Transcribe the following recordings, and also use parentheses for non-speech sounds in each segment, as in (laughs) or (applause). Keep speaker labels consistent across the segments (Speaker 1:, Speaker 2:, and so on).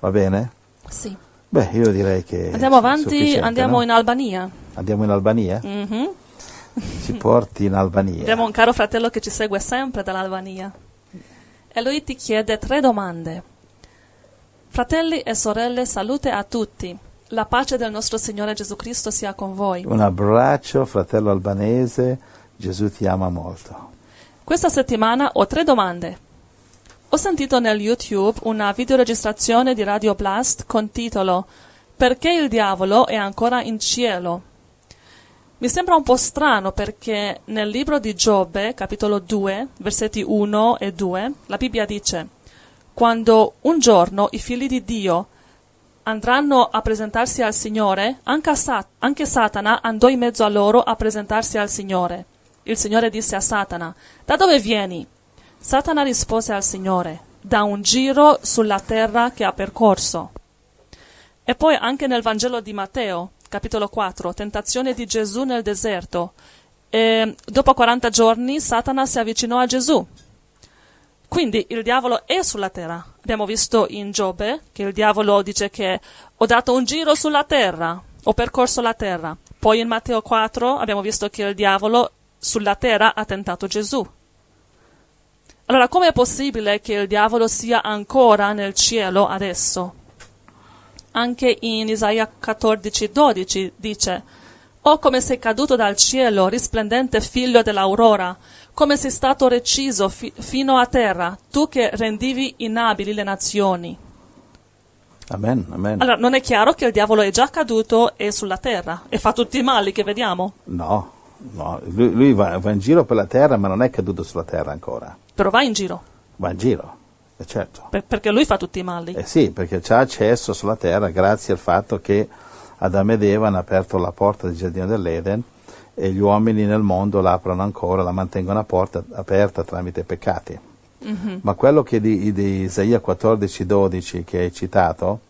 Speaker 1: Va bene?
Speaker 2: Sì.
Speaker 1: Beh, io direi che...
Speaker 2: Andiamo
Speaker 1: è
Speaker 2: avanti,
Speaker 1: Eh, sufficiente,
Speaker 2: andiamo
Speaker 1: no?
Speaker 2: in Albania.
Speaker 1: Andiamo in Albania?
Speaker 2: Mhm.
Speaker 1: Ci porti in Albania.
Speaker 2: Abbiamo un caro fratello che ci segue sempre dall'Albania. E lui ti chiede tre domande. Fratelli e sorelle, salute a tutti. La pace del nostro Signore Gesù Cristo sia con voi.
Speaker 1: Un abbraccio, fratello albanese, Gesù ti ama molto.
Speaker 2: Questa settimana ho tre domande. Ho sentito nel YouTube una videoregistrazione di Radio Blast con titolo Perché il diavolo è ancora in cielo? Mi sembra un po' strano perché nel libro di Giobbe, capitolo 2, versetti 1 e 2, la Bibbia dice Quando un giorno i figli di Dio andranno a presentarsi al Signore, anche, a Sa- anche Satana andò in mezzo a loro a presentarsi al Signore. Il Signore disse a Satana, da dove vieni? Satana rispose al Signore, da un giro sulla terra che ha percorso. E poi anche nel Vangelo di Matteo, capitolo 4, tentazione di Gesù nel deserto. E dopo 40 giorni Satana si avvicinò a Gesù. Quindi il diavolo è sulla terra. Abbiamo visto in Giobbe che il diavolo dice che ho dato un giro sulla terra, ho percorso la terra. Poi in Matteo 4 abbiamo visto che il diavolo sulla terra ha tentato Gesù. Allora, com'è possibile che il diavolo sia ancora nel cielo adesso? Anche in Isaia 14:12 dice: Oh, come sei caduto dal cielo, risplendente figlio dell'aurora, come sei stato reciso fi- fino a terra, tu che rendivi inabili le nazioni.
Speaker 1: Amen, amen.
Speaker 2: Allora, non è chiaro che il diavolo è già caduto e sulla terra e fa tutti i mali che vediamo,
Speaker 1: No, no, lui, lui va, va in giro per la terra, ma non è caduto sulla terra ancora.
Speaker 2: però va in giro,
Speaker 1: Va in giro, eh, certo.
Speaker 2: per- perché lui fa tutti i mali.
Speaker 1: Eh sì, perché c'è accesso sulla terra grazie al fatto che Adamo ed Eva hanno aperto la porta del giardino dell'Eden e gli uomini nel mondo la aprono ancora, la mantengono a porta- aperta tramite peccati. Ma quello che di, di Isaia 14:12 che hai citato,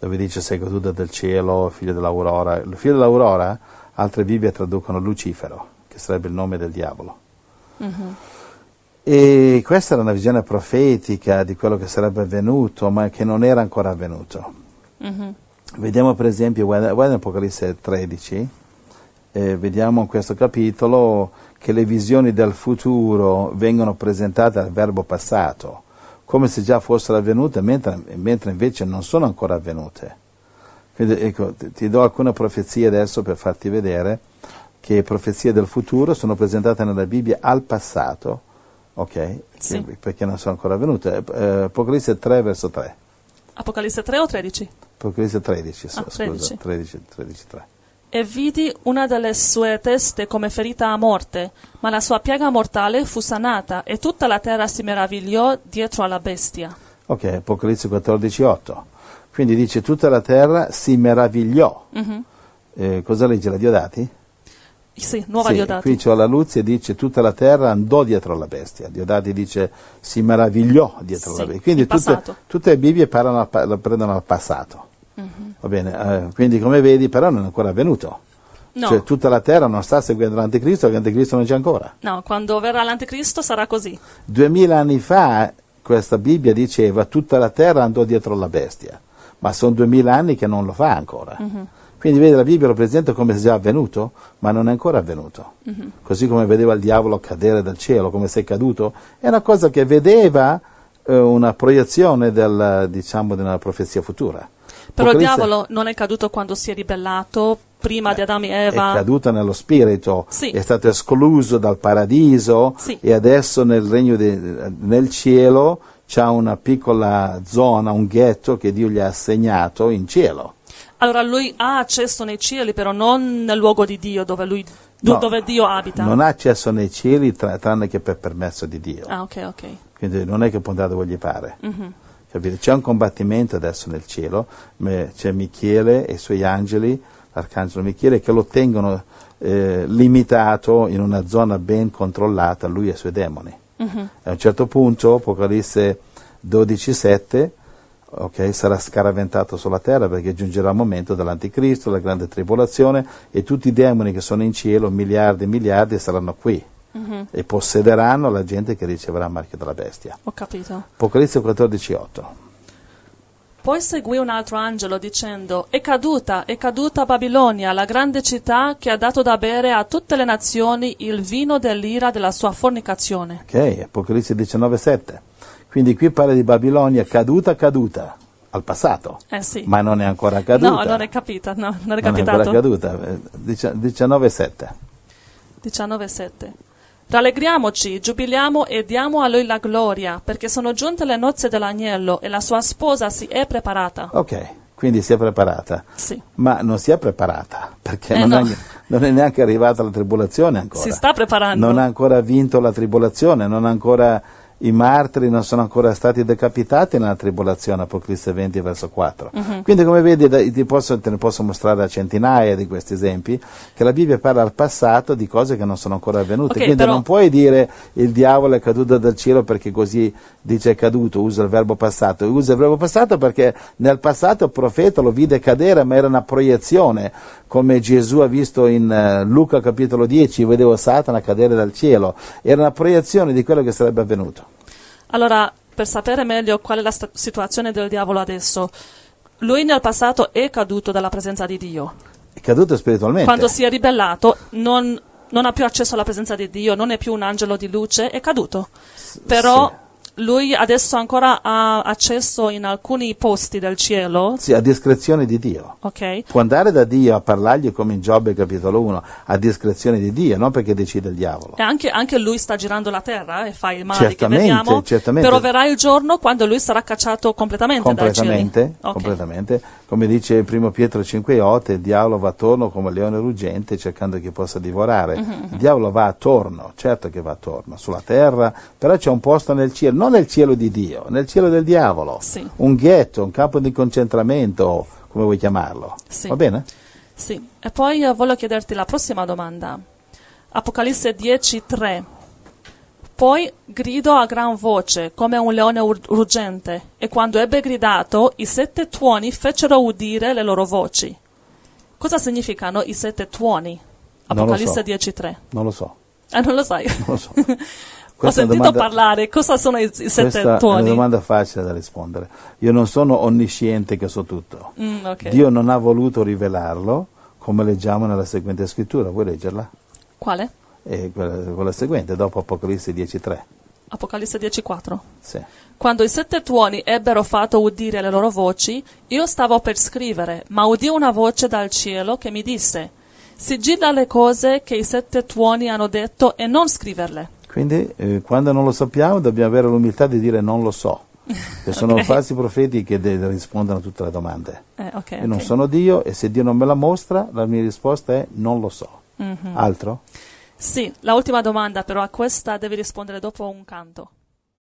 Speaker 1: dove dice sei caduto del cielo, figlio dell'aurora, il figlio dell'aurora, altre Bibbie traducono Lucifero, che sarebbe il nome del diavolo. E questa era una visione profetica di quello che sarebbe avvenuto, ma che non era ancora avvenuto. Vediamo per esempio, guarda, guarda Apocalisse 13, eh, vediamo in questo capitolo che le visioni del futuro vengono presentate al verbo passato, come se già fossero avvenute, mentre, mentre invece non sono ancora avvenute. Quindi, ecco, ti- ti do alcune profezie adesso per farti vedere che profezie del futuro sono presentate nella Bibbia al passato, ok?
Speaker 2: Sì.
Speaker 1: Che- Perché non sono ancora avvenute. Eh, Apocalisse 3, verso 3.
Speaker 2: Apocalisse 3 o 13?
Speaker 1: Apocalisse 13, so-
Speaker 2: Ah, 13.
Speaker 1: scusa, 13, 13, 3.
Speaker 2: E vidi una delle sue teste come ferita a morte, ma la sua piaga mortale fu sanata, e tutta la terra si meravigliò dietro alla bestia.
Speaker 1: Ok, Apocalisse 14,8. Quindi dice: Tutta la terra si meravigliò.
Speaker 2: Mhm.
Speaker 1: Eh, cosa legge la Diodati?
Speaker 2: Sì, nuova
Speaker 1: Sì,
Speaker 2: Diodati.
Speaker 1: Qui c'ho la Luzia e dice: Tutta la terra andò dietro alla bestia. Diodati dice: Si meravigliò dietro
Speaker 2: Sì,
Speaker 1: alla bestia. Quindi
Speaker 2: il
Speaker 1: tutte,
Speaker 2: passato.
Speaker 1: tutte le Bibbie parlano al pa- prendono al passato.
Speaker 2: Mhm.
Speaker 1: Va bene, eh, quindi come vedi, però, non è ancora avvenuto.
Speaker 2: No.
Speaker 1: Cioè, tutta la terra non sta seguendo l'anticristo, perché l'anticristo non c'è ancora.
Speaker 2: No, quando verrà l'anticristo sarà così.
Speaker 1: Duemila anni fa questa Bibbia diceva tutta la terra andò dietro la bestia, ma sono duemila anni che non lo fa ancora.
Speaker 2: Mhm.
Speaker 1: Quindi vedi la Bibbia lo presenta come se già avvenuto, ma non è ancora avvenuto.
Speaker 2: Mhm.
Speaker 1: Così come vedeva il diavolo cadere dal cielo, come se è caduto, è una cosa che vedeva eh, una proiezione del, diciamo, di una profezia futura.
Speaker 2: Però il
Speaker 1: Apocalisse
Speaker 2: diavolo non è caduto quando si è ribellato, prima di Adamo e
Speaker 1: Eh, è
Speaker 2: Eva.
Speaker 1: caduto nello spirito,
Speaker 2: Sì.
Speaker 1: è stato escluso dal paradiso
Speaker 2: Sì.
Speaker 1: e adesso nel regno de- nel cielo c'è una piccola zona, un ghetto che Dio gli ha assegnato in cielo.
Speaker 2: Allora lui ha accesso nei cieli, però non nel luogo di Dio dove, lui, do-
Speaker 1: No,
Speaker 2: dove Dio abita.
Speaker 1: Non ha accesso nei cieli tra- tranne che per permesso di Dio.
Speaker 2: Ah, ok, ok.
Speaker 1: Quindi non è che può andare dove gli pare. Capite? C'è un combattimento adesso nel cielo, me- c'è Michele e i suoi angeli, l'arcangelo Michele, che lo tengono eh, limitato in una zona ben controllata, lui e i suoi demoni. E a un certo punto, Apocalisse 12,7, ok, sarà scaraventato sulla terra perché giungerà il momento dell'anticristo, la grande tribolazione e tutti i demoni che sono in cielo, miliardi e miliardi, saranno qui
Speaker 2: Mhm.
Speaker 1: e possederanno la gente che riceverà il marchio della bestia.
Speaker 2: Ho capito.
Speaker 1: Apocalisse 14,8.
Speaker 2: Poi seguì un altro angelo dicendo, è caduta, è caduta Babilonia, la grande città che ha dato da bere a tutte le nazioni il vino dell'ira della sua fornicazione.
Speaker 1: Ok, Apocalisse 19,7. Quindi qui parla di Babilonia caduta, caduta, al passato.
Speaker 2: Eh sì.
Speaker 1: Ma non è ancora caduta.
Speaker 2: No, non è capita, no, non è
Speaker 1: Non è ancora
Speaker 2: capitato.
Speaker 1: caduta. Eh, dici- 19,7.
Speaker 2: 19.7. Rallegriamoci, giubiliamo e diamo a lui la gloria, perché sono giunte le nozze dell'agnello e la sua sposa si è preparata.
Speaker 1: Ok, quindi si è preparata.
Speaker 2: Sì,
Speaker 1: Ma non si è preparata, perché
Speaker 2: Eh,
Speaker 1: non,
Speaker 2: no.
Speaker 1: è, non è neanche arrivata la tribolazione ancora.
Speaker 2: si sta preparando.
Speaker 1: non ha ancora vinto la tribolazione, non ha ancora i martiri non sono ancora stati decapitati nella tribolazione, Apocalisse 20 verso 4.
Speaker 2: Mhm.
Speaker 1: Quindi come vedi dai- ti posso- te ne posso mostrare a centinaia di questi esempi, che la Bibbia parla al passato di cose che non sono ancora avvenute,
Speaker 2: Ok,
Speaker 1: quindi
Speaker 2: però-
Speaker 1: non puoi dire il diavolo è caduto dal cielo perché così dice è caduto, usa il verbo passato, usa il verbo passato perché nel passato il profeta lo vide cadere ma era una proiezione, come Gesù ha visto in eh, Luca capitolo 10, vedevo Satana cadere dal cielo, era una proiezione di quello che sarebbe avvenuto.
Speaker 2: Allora, per sapere meglio qual è la sta- situazione del diavolo adesso, lui nel passato è caduto dalla presenza di Dio.
Speaker 1: È caduto spiritualmente.
Speaker 2: Quando si è ribellato, non, non ha più accesso alla presenza di Dio, non è più un angelo di luce, è caduto. Però lui adesso ancora ha accesso in alcuni posti del cielo,
Speaker 1: Sì, a discrezione di Dio.
Speaker 2: ok?
Speaker 1: Può andare da Dio a parlargli come in Giobbe capitolo 1, a discrezione di Dio, non perché decide il diavolo.
Speaker 2: E anche, anche lui sta girando la terra e fa i mali
Speaker 1: Certamente,
Speaker 2: che vediamo,
Speaker 1: certamente.
Speaker 2: però verrà il giorno quando lui sarà cacciato completamente, dai
Speaker 1: completamente,
Speaker 2: cieli. Ok.
Speaker 1: completamente. come dice primo Pietro 5,8 il diavolo va attorno come un leone ruggente cercando chi possa divorare
Speaker 2: Mhm,
Speaker 1: il diavolo va attorno, certo che va attorno sulla terra, però c'è un posto nel cielo non nel cielo di Dio, nel cielo del diavolo
Speaker 2: Sì.
Speaker 1: un ghetto, un campo di concentramento come vuoi chiamarlo
Speaker 2: Sì.
Speaker 1: va bene?
Speaker 2: Sì. E poi eh, voglio chiederti la prossima domanda. Apocalisse 10:3. Poi gridò a gran voce, come un leone ur- ruggente, e quando ebbe gridato, i sette tuoni fecero udire le loro voci. Cosa significano i sette tuoni?
Speaker 1: Non lo so.
Speaker 2: Apocalisse 10:3.
Speaker 1: non lo so,
Speaker 2: Ah, non lo
Speaker 1: (laughs)
Speaker 2: sai.
Speaker 1: non lo
Speaker 2: (laughs)
Speaker 1: so
Speaker 2: Ho
Speaker 1: Questa è una
Speaker 2: sentito
Speaker 1: domanda-
Speaker 2: parlare, cosa sono i, i sette
Speaker 1: questa è una
Speaker 2: tuoni?
Speaker 1: domanda facile da rispondere io non sono onnisciente che so tutto
Speaker 2: Mm, ok.
Speaker 1: Dio non ha voluto rivelarlo, come leggiamo nella seguente scrittura, vuoi leggerla?
Speaker 2: Quale?
Speaker 1: E quella, quella seguente, dopo Apocalisse 10.3.
Speaker 2: Apocalisse 10:4.
Speaker 1: Sì.
Speaker 2: Quando i sette tuoni ebbero fatto udire le loro voci, io stavo per scrivere, ma udì una voce dal cielo che mi disse: Sigilla le cose che i sette tuoni hanno detto e non scriverle.
Speaker 1: Quindi eh, quando non lo sappiamo dobbiamo avere l'umiltà di dire non lo
Speaker 2: (laughs)
Speaker 1: so, che sono falsi profeti che de- rispondono a tutte le domande.
Speaker 2: Eh, ok,
Speaker 1: Io non
Speaker 2: ok.
Speaker 1: sono Dio e se Dio non me la mostra, la mia risposta è non lo so.
Speaker 2: Mhm.
Speaker 1: Altro?
Speaker 2: Sì, la ultima domanda, però a questa devi rispondere dopo un canto.